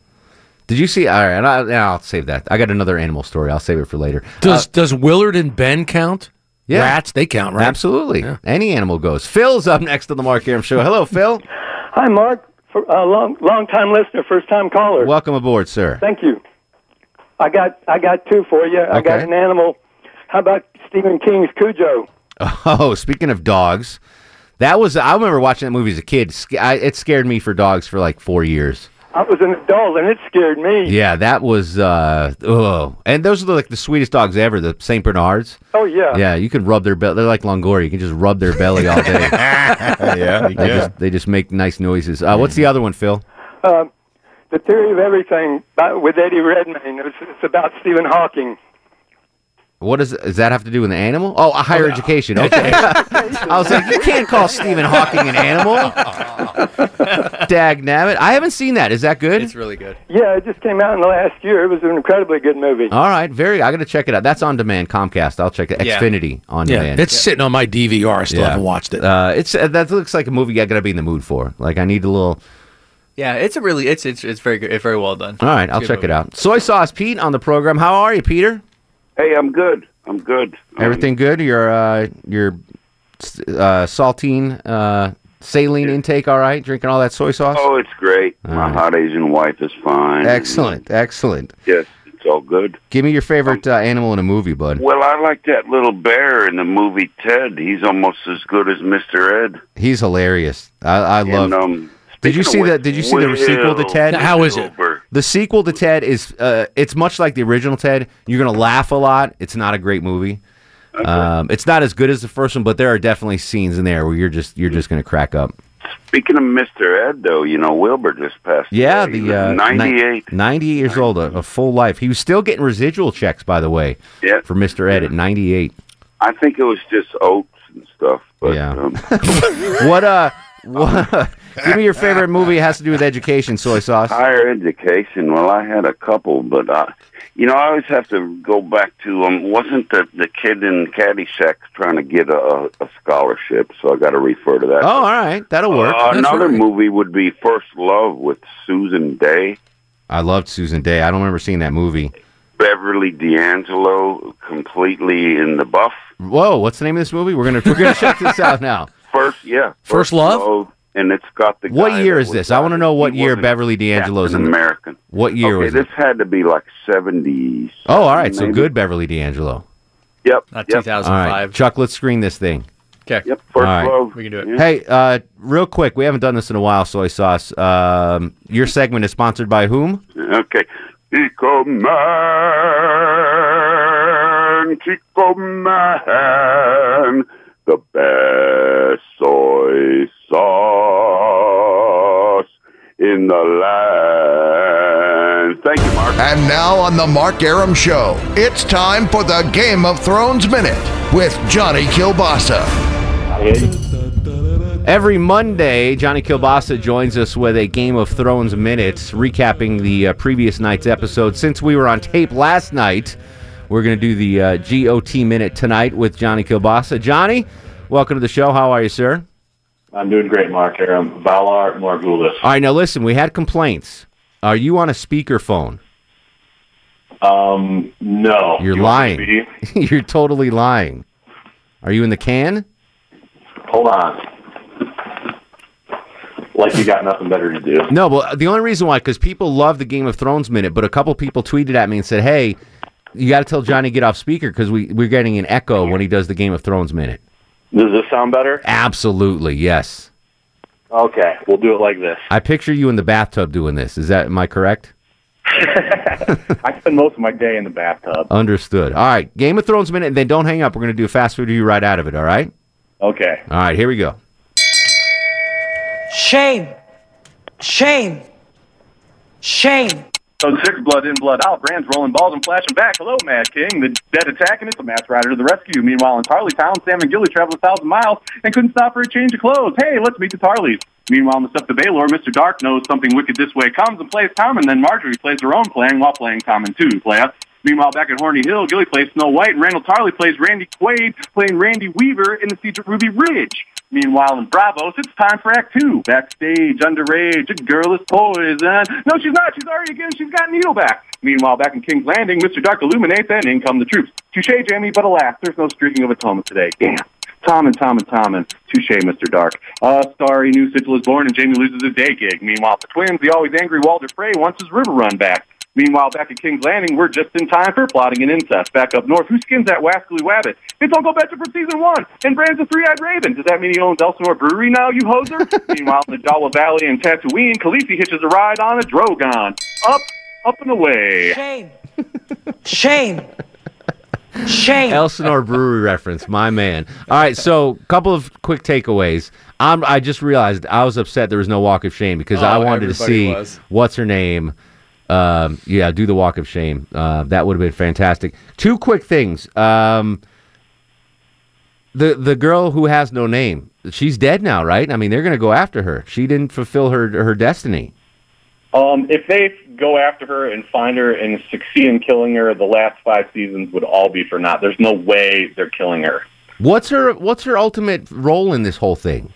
Speaker 6: did you see? All right, and I, and I'll save that. I got another animal story. I'll save it for later. Uh,
Speaker 3: Does Does Willard and Ben count?
Speaker 6: Yeah.
Speaker 3: Rats, they count, right?
Speaker 6: Absolutely, any animal goes. Phil's up next on the Mark Aram Show. Hello, Phil.
Speaker 10: Hi, Mark. For, uh, long long time listener, first time caller.
Speaker 6: Welcome aboard, sir.
Speaker 10: Thank you. I got I got two for you. I got
Speaker 6: Okay.
Speaker 10: an animal. How about Stephen King's Cujo?
Speaker 6: Oh, speaking of dogs, that was I remember watching that movie as a kid. Sc- I, it scared me for dogs for like four years.
Speaker 10: I was an adult and it scared me.
Speaker 6: Yeah, that was uh oh, and those are like the sweetest dogs ever. The Saint Bernards.
Speaker 10: Oh yeah.
Speaker 6: Yeah, you could rub their belly. They're like Longoria. You can just rub their belly all day.
Speaker 10: Yeah,
Speaker 6: they
Speaker 10: yeah.
Speaker 6: Just, they just make nice noises. Uh, what's the other one, Phil?
Speaker 10: Um, the theory of everything by, with Eddie Redmayne. It's, it's about Stephen Hawking.
Speaker 6: What does does that have to do with an animal? Oh, a higher education. Okay. I was like, you can't call Stephen Hawking an animal. Dag nabbit. I haven't seen that. Is that good?
Speaker 8: It's really good.
Speaker 10: Yeah, it just came out in the last year. It was an incredibly good movie.
Speaker 6: All right, very. I got to check it out. That's on demand. Comcast. I'll check it.
Speaker 10: Yeah.
Speaker 6: Xfinity on
Speaker 3: Yeah,
Speaker 6: demand.
Speaker 3: it's sitting on my DVR. I still haven't watched it.
Speaker 6: Uh, it's uh, that looks like a movie I got to be in the mood for. Like I need a little.
Speaker 8: Yeah, it's a really it's it's, it's very good. It's very well done.
Speaker 6: All right, I'll
Speaker 8: Good
Speaker 6: check
Speaker 8: movie.
Speaker 6: it out. Soy sauce, Pete, on the program. How are you, Peter?
Speaker 19: Hey, I'm good. I'm good.
Speaker 6: Everything good? Your uh, your uh, saltine, uh, saline intake, all right? Drinking all that soy sauce?
Speaker 19: Oh, it's great. My hot Asian wife is fine.
Speaker 6: excellent, excellent.
Speaker 19: Yes, it's all good.
Speaker 6: Give me your favorite uh, animal in a movie, bud.
Speaker 19: Well, I like that little bear in the movie Ted. He's almost as good as Mr. Ed.
Speaker 6: He's hilarious. I, I love.
Speaker 19: And, um,
Speaker 6: did you see
Speaker 19: speaking of
Speaker 6: that? Did you see the
Speaker 19: which,
Speaker 6: sequel to
Speaker 19: Will
Speaker 6: Ted?
Speaker 19: Silver.
Speaker 6: The sequel to Ted is uh, it's much like the original Ted. You're gonna laugh a lot. It's not a great movie. Um, it's not as good as the first one, but there are definitely scenes in there where you're just you're just gonna crack up.
Speaker 19: Speaking of Mr. Ed, though, you know Wilbur just passed.
Speaker 6: Yeah,
Speaker 19: away. He
Speaker 6: the
Speaker 19: was
Speaker 6: uh, ni-
Speaker 19: 98.
Speaker 6: 98 years old, a, a full life. He was still getting residual checks, by the way,
Speaker 19: Yeah.
Speaker 6: for Mr. Ed at 98.
Speaker 19: I think it was just oats and stuff. But,
Speaker 6: Yeah.
Speaker 19: Um,
Speaker 6: What, uh, what, give me your favorite movie. It has to do with education, soy sauce.
Speaker 19: Higher education. Well, I had a couple, but I, you know, I always have to go back to um. Wasn't the the kid in Caddyshack trying to get a, a scholarship? So I got to refer to that.
Speaker 6: Oh, all right. That'll work.
Speaker 19: Uh,
Speaker 6: That's
Speaker 19: another
Speaker 6: right.
Speaker 19: movie would be First Love with Susan Day,
Speaker 6: I loved Susan Day. I don't remember seeing that movie.
Speaker 19: Beverly D'Angelo, completely in the buff.
Speaker 6: Whoa, what's the name of this movie? We're gonna we're gonna check this out now.
Speaker 19: First, yeah,
Speaker 6: First Love?
Speaker 19: and it's got the guy
Speaker 6: What year
Speaker 19: that
Speaker 6: is
Speaker 19: was
Speaker 6: this? I want to know what year Beverly D'Angelo's
Speaker 19: Captain
Speaker 6: in. The,
Speaker 19: American.
Speaker 6: what year
Speaker 19: okay,
Speaker 6: was
Speaker 19: this
Speaker 6: it?
Speaker 19: had to be like seventies.
Speaker 6: Oh, all right. So
Speaker 19: maybe.
Speaker 6: good, Beverly D'Angelo.
Speaker 19: Yep.
Speaker 8: Not
Speaker 19: yep.
Speaker 6: All right, Chuck. Let's screen this thing.
Speaker 8: Okay.
Speaker 19: Yep. First
Speaker 6: All right.
Speaker 19: Love.
Speaker 8: We can do it.
Speaker 6: Hey, uh, real quick, we haven't done this in a while. Soy sauce. Um, your segment is sponsored by whom?
Speaker 19: Okay. Chico Man, Chico Man, the best soy sauce in the land. Thank you, Mark.
Speaker 20: And now on the Mark Aram Show, it's time for the Game of Thrones Minute with Johnny Kilbasa.
Speaker 6: Every Monday, Johnny Kilbasa joins us with a Game of Thrones minutes, recapping the uh, previous night's episode. Since we were on tape last night, we're going to do the uh, GOT minute tonight with Johnny Kilbasa. Johnny, welcome to the show. How are you, sir?
Speaker 21: I'm doing great, Mark Aram. Valar Morgulis.
Speaker 6: All right, now listen, we had complaints Are you on a speakerphone?
Speaker 21: Um, no.
Speaker 6: You're
Speaker 21: You want me
Speaker 6: lying. You're totally lying. Are you in the can?
Speaker 21: to be? Hold on. Like you got nothing better to do.
Speaker 6: No, well, the only reason why, because people love the Game of Thrones minute, but a couple people tweeted at me and said, hey, you got to tell Johnny to get off speaker because we, we're getting an echo when he does the Game of Thrones minute.
Speaker 21: Does this sound better?
Speaker 6: Absolutely, yes.
Speaker 21: Okay, we'll do it like this.
Speaker 6: I picture you in the bathtub doing this. Is that, am I correct?
Speaker 21: I spend most of my day in the bathtub.
Speaker 6: Understood. All right, Game of Thrones minute, and then don't hang up. We're going to do a fast food review right out of it, all right?
Speaker 21: Okay.
Speaker 6: All right, here we go.
Speaker 15: Shame. Shame. Shame.
Speaker 21: So six blood in, blood out. Brands rolling balls and flashing back. Hello, Mad King. The dead attacking it's a mass rider to the rescue. Meanwhile, in Tarley Town, Sam and Gilly traveled a thousand miles and couldn't stop for a change of clothes. Hey, let's meet the Tarleys. Meanwhile, in the stuff to Baylor, Mr. Dark knows something wicked this way comes and plays Common. Then Marjorie plays her own playing while playing Common too. Playa. Meanwhile, back at Horny Hill, Gilly plays Snow White, and Randall Tarley plays Randy Quaid, playing Randy Weaver in the siege of Ruby Ridge. Meanwhile, in Bravos, it's time for Act Two. Backstage, underage, a girl is poison. No, she's not. She's already given. She's got needle back. Meanwhile, back in King's Landing, Mr. Dark illuminates, and in come the troops. Touche, Jamie, but alas, there's no streaking of atonement today. Damn. Tom and Tom and Tom and Touche, Mr. Dark. A starry new sigil is born, and Jamie loses his day gig. Meanwhile, the twins, the always angry Walter Frey wants his river run back. Meanwhile, back at King's Landing, we're just in time for plotting an incest. Back up north, who skins that wascally wabbit? It's Uncle Betcher from season one, and Brand's a three-eyed raven. Does that mean he owns Elsinore Brewery now, you hoser? Meanwhile, in the Jawa Valley and Tatooine, Khaleesi hitches a ride on a Drogon. Up, up and away.
Speaker 15: Shame. Shame. Shame.
Speaker 6: Elsinore Brewery reference, my man. All right, so couple of quick takeaways. I'm, I just realized I was upset there was no Walk of Shame because I
Speaker 8: Oh,
Speaker 6: wanted to
Speaker 8: everybody
Speaker 6: see
Speaker 8: was.
Speaker 6: what's her name. Um, yeah, do the Walk of Shame. Uh, that would have been fantastic. Two quick things. Um, the the girl who has no name, she's dead now, right? I mean, they're going to go after her. She didn't fulfill her her destiny.
Speaker 21: Um, if they go after her and find her and succeed in killing her, the last five seasons would all be for naught. There's no way they're killing her.
Speaker 6: What's her What's her ultimate role in this whole thing?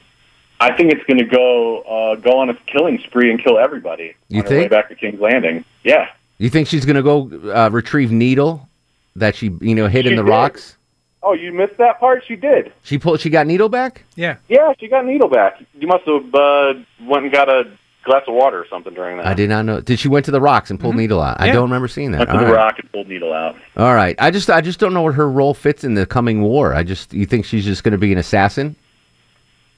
Speaker 21: I think it's going to go uh, go on a killing spree and kill everybody.
Speaker 6: You
Speaker 21: on her way
Speaker 6: think?
Speaker 21: back to King's Landing? Yeah,
Speaker 6: You think she's gonna go uh, retrieve needle that she you know hid in
Speaker 21: She
Speaker 6: the
Speaker 21: did.
Speaker 6: rocks?
Speaker 21: Oh, you missed that part. She did.
Speaker 6: She pulled. She got needle back.
Speaker 21: Yeah. Yeah, she got needle back. You must have uh, went and got a glass of water or something during that.
Speaker 6: I did not know. Did she went to the rocks and pulled needle out? I
Speaker 21: Mm-hmm. Yeah.
Speaker 6: don't remember seeing that.
Speaker 21: Went to
Speaker 6: All
Speaker 21: the
Speaker 6: right.
Speaker 21: rock and pulled needle out.
Speaker 6: All right. I just I just don't know what her role fits in the coming war. I just you think she's just gonna be an assassin?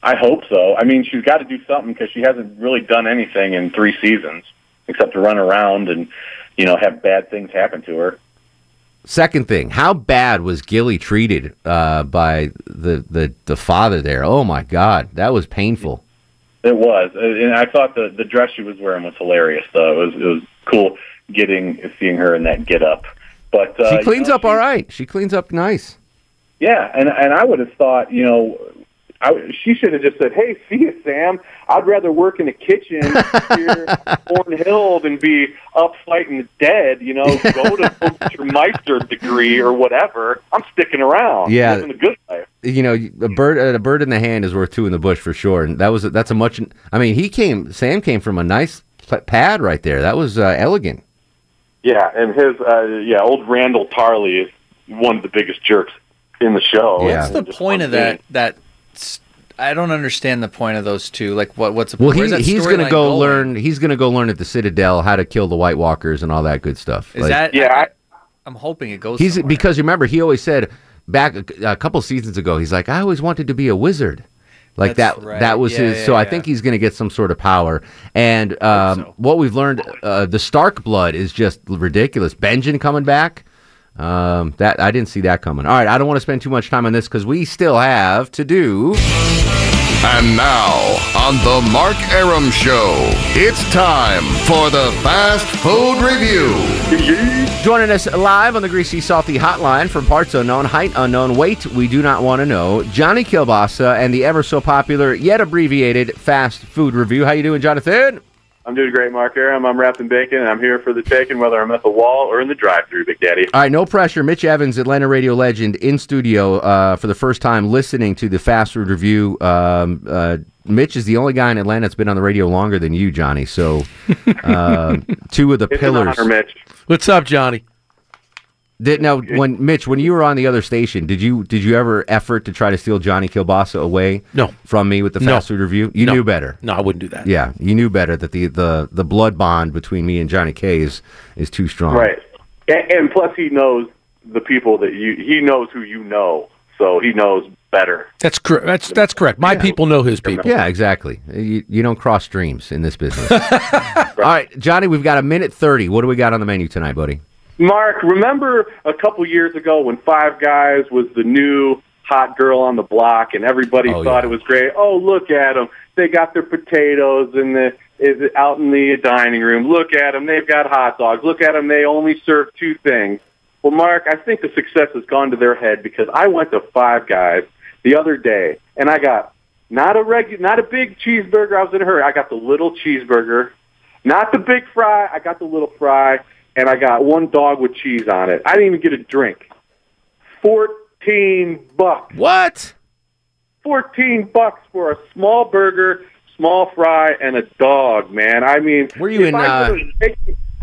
Speaker 21: I hope so. I mean, she's got to do something because she hasn't really done anything in three seasons except to run around and you know have bad things happen to her.
Speaker 6: Second thing, how bad was Gilly treated uh, by the, the the father there? Oh my God, that was painful.
Speaker 21: It was, and I thought the the dress she was wearing was hilarious. Though it was it was cool getting seeing her in that get up. But uh,
Speaker 6: she cleans up all right. She cleans up nice.
Speaker 21: Yeah, and and I would have thought, you know, I, she should have just said, "Hey, see you, Sam. I'd rather work in the kitchen here on Horn Hill than be up fighting the dead. You know, go to go get your Meister degree or whatever. I'm sticking around.
Speaker 6: Yeah.
Speaker 21: living the good life.
Speaker 6: you know, a bird a bird in the hand is worth two in the bush for sure. And that was that's a much. I mean, he came. Sam came from a nice pl- pad right there. That was uh, elegant.
Speaker 21: Yeah, and his uh, yeah, old Randall Tarley is one of the biggest jerks in the show.
Speaker 6: Oh, Yeah.
Speaker 21: It's
Speaker 6: What's
Speaker 21: just
Speaker 8: point of
Speaker 21: unfair.
Speaker 8: that that s- I don't understand the point of those two. Like what what's the
Speaker 6: Well,
Speaker 8: where's
Speaker 6: he,
Speaker 8: that
Speaker 6: he's gonna
Speaker 8: storyline
Speaker 6: go
Speaker 8: going?
Speaker 6: learn. He's gonna go learn at the Citadel how to kill the White Walkers and all that good stuff.
Speaker 8: Is
Speaker 6: Like,
Speaker 8: that yeah? I, I'm hoping it goes.
Speaker 6: he's
Speaker 8: somewhere.
Speaker 6: because remember he always said back a, a couple seasons ago. He's like, I always wanted to be a wizard. Like
Speaker 8: That's
Speaker 6: that.
Speaker 8: right.
Speaker 6: That was
Speaker 8: Yeah,
Speaker 6: his.
Speaker 8: yeah,
Speaker 6: so I
Speaker 8: yeah.
Speaker 6: think he's gonna get some sort of power. And um, what we've learned, uh, the Stark blood is just ridiculous. Benjen coming back. Um, that I didn't see that coming. All right, I don't want to spend too much time on this because we still have to do.
Speaker 20: And now, on The Mark Aram Show, it's time for the Fast Food Review.
Speaker 6: Joining us live on the Greasy Salty Hotline from parts unknown, height unknown, weight we do not want to know. Johnny Kilbasa and the ever so popular yet abbreviated fast food review. How you doing, Jonathan?
Speaker 21: I'm doing great, Mark Aram. I'm wrapped in bacon, and I'm here for the taking, whether I'm at the wall or in the drive-through, Big Daddy.
Speaker 6: All right, no pressure. Mitch Evans, Atlanta radio legend, in studio uh, for the first time, listening to the fast food review. Um, uh, Mitch is the only guy in Atlanta that's been on the radio longer than you, Johnny. So, uh, two of the
Speaker 3: It's an
Speaker 6: pillars.
Speaker 3: honor, Mitch.
Speaker 6: What's up, Johnny? Did, now, when Mitch, when you were on the other station, did you did you ever effort to try to steal Johnny Kilbasa away?
Speaker 3: No.
Speaker 6: from me with the
Speaker 3: No.
Speaker 6: fast food review. You
Speaker 3: No.
Speaker 6: knew better.
Speaker 3: No, I wouldn't do that.
Speaker 6: Yeah, you knew better that the the, the blood bond between me and Johnny K is is too strong.
Speaker 1: Right. And, and plus, he knows the people that you. He knows who you know, so he knows better.
Speaker 6: That's correct. That's that's correct. My people know his people. Yeah, exactly. You, you don't cross streams in this business. All right, Johnny, we've got a minute thirty. What do we got on the menu tonight, buddy?
Speaker 1: Mark, remember a couple years ago when Five Guys was the new hot girl on the block, and everybody thought it was great. Oh, look at them! They got their potatoes in the is out in the dining room. Look at them! They've got hot dogs. Look at them! They only serve two things. Well, Mark, I think the success has gone to their head because I went to Five Guys the other day, and I got not a regular, not a big cheeseburger. I was in a hurry. I got the little cheeseburger, not the big fry. I got the little fry, and I got one dog with cheese on it. I didn't even get a drink. Fourteen bucks.
Speaker 6: What?
Speaker 1: Fourteen bucks for a small burger, small fry, and a dog. Man, I mean,
Speaker 6: were you in, uh,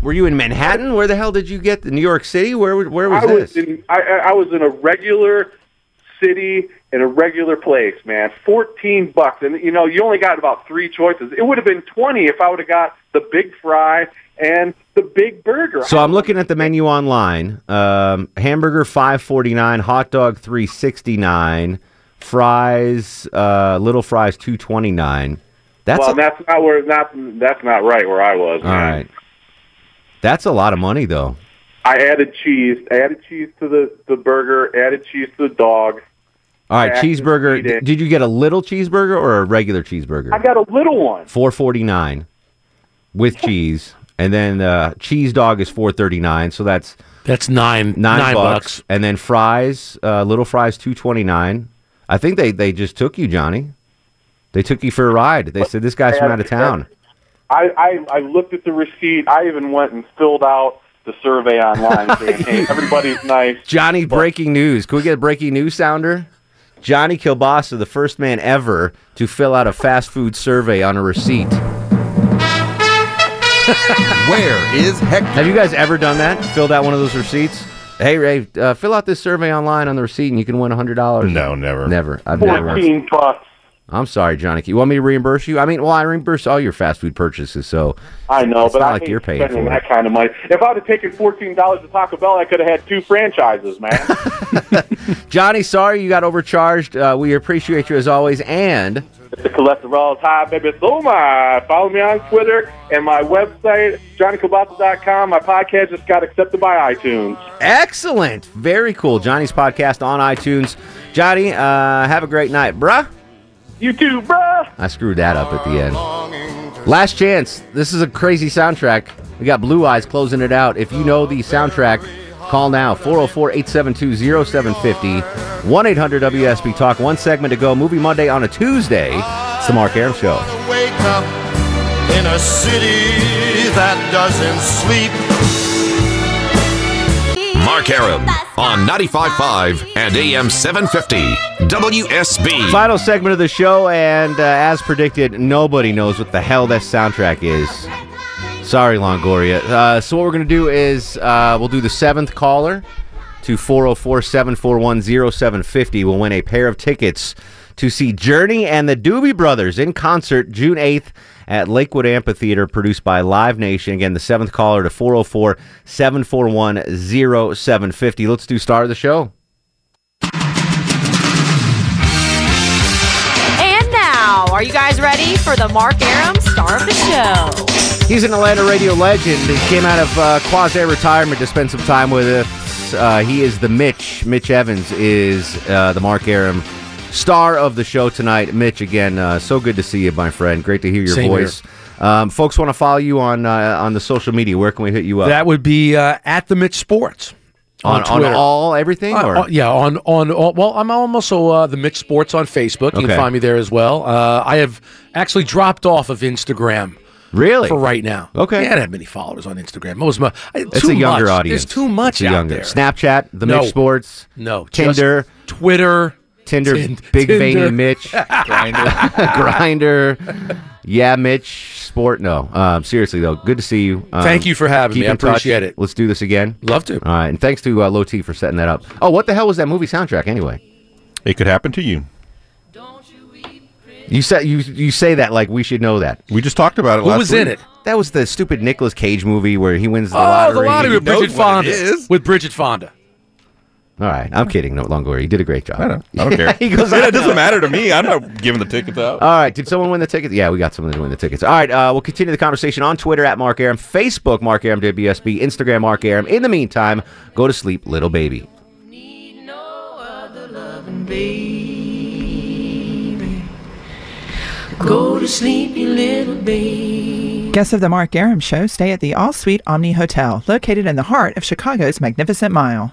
Speaker 6: Were you in Manhattan? Where the hell did you get New York City? Where w- where was
Speaker 1: I
Speaker 6: this?
Speaker 1: was in I, I I was in a regular city in a regular place, man. Fourteen bucks, and you know you only got about three choices. It would have been twenty if I would have got the big fry and the big burger.
Speaker 6: So I'm looking at the menu online. Um, hamburger five forty nine, hot dog three sixty nine, fries, uh, little fries two twenty nine. That's
Speaker 1: well,
Speaker 6: a,
Speaker 1: that's not where not that's not right where I was.
Speaker 6: all right. That's a lot of money, though.
Speaker 1: I added cheese, added cheese to the the burger, added cheese to the dog.
Speaker 6: All right,
Speaker 1: Yeah,
Speaker 6: cheeseburger. d- Did you get a little cheeseburger or a regular cheeseburger?
Speaker 1: I got a little one.
Speaker 6: Four forty nine, with cheese, and then uh, cheese dog is four thirty nine. So that's
Speaker 3: that's nine nine bucks.
Speaker 6: and then fries, uh, little fries two twenty nine. I think they they just took you, Johnny. They took you for a ride. They said this guy's from out of town.
Speaker 1: I, I I looked at the receipt. I even went and filled out the survey online, saying, "Hey, everybody's nice."
Speaker 6: Johnny, breaking news. Can we get a breaking news sounder? Johnny Kilbasa, the first man ever to fill out a fast food survey on a receipt. Where is Hector? Have you guys ever done that? Filled out one of those receipts? Hey, Ray, uh, fill out this survey online on the receipt and you can win $100. No, never. Never. I've never.
Speaker 1: Fourteen bucks.
Speaker 6: I'm sorry, Johnny. You want me to reimburse you? I mean, well, I reimburse all your fast food purchases, so.
Speaker 1: I know,
Speaker 6: It's
Speaker 1: but
Speaker 6: not
Speaker 1: I
Speaker 6: like
Speaker 1: hate
Speaker 6: you're paying
Speaker 1: spending
Speaker 6: for it.
Speaker 1: that kind of money. If I would have taken fourteen dollars to Taco Bell, I could have had two franchises, man.
Speaker 6: Johnny, sorry you got overcharged. Uh, we appreciate you as always. And.
Speaker 1: the cholesterol's high, baby. So my follow me on Twitter and my website johnnycobasa.com. My podcast just got accepted by iTunes.
Speaker 6: Excellent. Very cool. Johnny's podcast on iTunes. Johnny, uh, have a great night, bruh.
Speaker 1: You too, bruh.
Speaker 6: I screwed that up at the end. Last chance. This is a crazy soundtrack. We got Blue Eyes closing it out. If you know the soundtrack, call now 404 872 0750 1 800 WSB Talk. One segment to go. Movie Monday on a Tuesday. It's the Mark Aram Show.
Speaker 5: Wake up in a city that doesn't sleep.
Speaker 2: Mark Aram on 95.5 and AM 750 WSB.
Speaker 6: Final segment of the show, and uh, as predicted, nobody knows what the hell that soundtrack is. Sorry, Longoria. Uh, so, what we're going to do is uh, we'll do the seventh caller to 404 741 0750. We'll win a pair of tickets to see Journey and the Doobie Brothers in concert June 8th at Lakewood Amphitheater, produced by Live Nation. Again, the seventh caller to 404 741 0750. Let's do Star of the Show.
Speaker 22: And now, are you guys ready for the Mark Aram star of the show?
Speaker 6: He's an Atlanta radio legend. He came out of uh, quasi retirement to spend some time with us. Uh, he is the Mitch. Mitch Evans is uh, the Mark Aram star of the show tonight. Mitch, again, uh, so good to see you, my friend. Great to hear your
Speaker 3: Same
Speaker 6: voice. Um, folks want to follow you on uh, on the social media. Where can we hit you up?
Speaker 3: That would be uh, at the Mitch Sports
Speaker 6: on,
Speaker 3: on,
Speaker 6: on
Speaker 3: Twitter.
Speaker 6: all everything,
Speaker 3: Uh,
Speaker 6: or
Speaker 3: uh, yeah, on on all, well, I'm I'm also uh, the Mitch Sports on Facebook. You
Speaker 6: Okay.
Speaker 3: can find me there as well. Uh, I have actually dropped off of Instagram.
Speaker 6: Really?
Speaker 3: For right now.
Speaker 6: Okay.
Speaker 3: Yeah, I don't have many followers on Instagram. Most of my, I-
Speaker 6: it's
Speaker 3: too
Speaker 6: a younger
Speaker 3: much.
Speaker 6: audience.
Speaker 3: There's too much
Speaker 6: It's a
Speaker 3: out
Speaker 6: younger.
Speaker 3: there.
Speaker 6: Snapchat, the
Speaker 3: No.
Speaker 6: Mitch Sports,
Speaker 3: No. just
Speaker 6: Tinder,
Speaker 3: Twitter,
Speaker 6: Tinder,
Speaker 3: Tin-
Speaker 6: Big
Speaker 3: Tinder.
Speaker 6: Veiny Mitch,
Speaker 3: Grindr.
Speaker 6: Grinder, yeah, Mitch, Sport. No, um, seriously though, good to see you. Um,
Speaker 3: Thank you for having
Speaker 6: keep
Speaker 3: me. I
Speaker 6: in touch.
Speaker 3: appreciate it.
Speaker 6: Let's do this again.
Speaker 3: Love to.
Speaker 6: All right, and thanks to uh, Low T for setting that up. Oh, what the hell was that movie soundtrack anyway?
Speaker 7: It could happen to you.
Speaker 6: You said you you say that like we should know that.
Speaker 7: We just talked about it.
Speaker 6: Who
Speaker 7: last
Speaker 6: was in
Speaker 7: week.
Speaker 6: it? That was the stupid Nicolas Cage movie where he wins the
Speaker 3: oh,
Speaker 6: lottery.
Speaker 3: the lottery
Speaker 6: He
Speaker 3: with
Speaker 6: knows
Speaker 3: Bridget
Speaker 6: what it
Speaker 3: Fonda.
Speaker 6: is.
Speaker 3: With Bridget Fonda.
Speaker 6: All right, I'm kidding. No, Longoria, you did a great job. I don't,
Speaker 7: I don't care.
Speaker 6: he goes,
Speaker 7: it doesn't matter to me. I'm not giving the tickets out.
Speaker 6: All right. Did someone win the tickets? Yeah, we got someone to win the tickets. All right. Uh, we'll continue the conversation on Twitter at Mark Aram, Facebook Mark Aram WSB, Instagram Mark Aram. In the meantime, go to sleep, little baby.
Speaker 4: Go to sleep, you little baby.
Speaker 9: Guests of the Mark Aram Show stay at the All Suite Omni Hotel, located in the heart of Chicago's Magnificent Mile.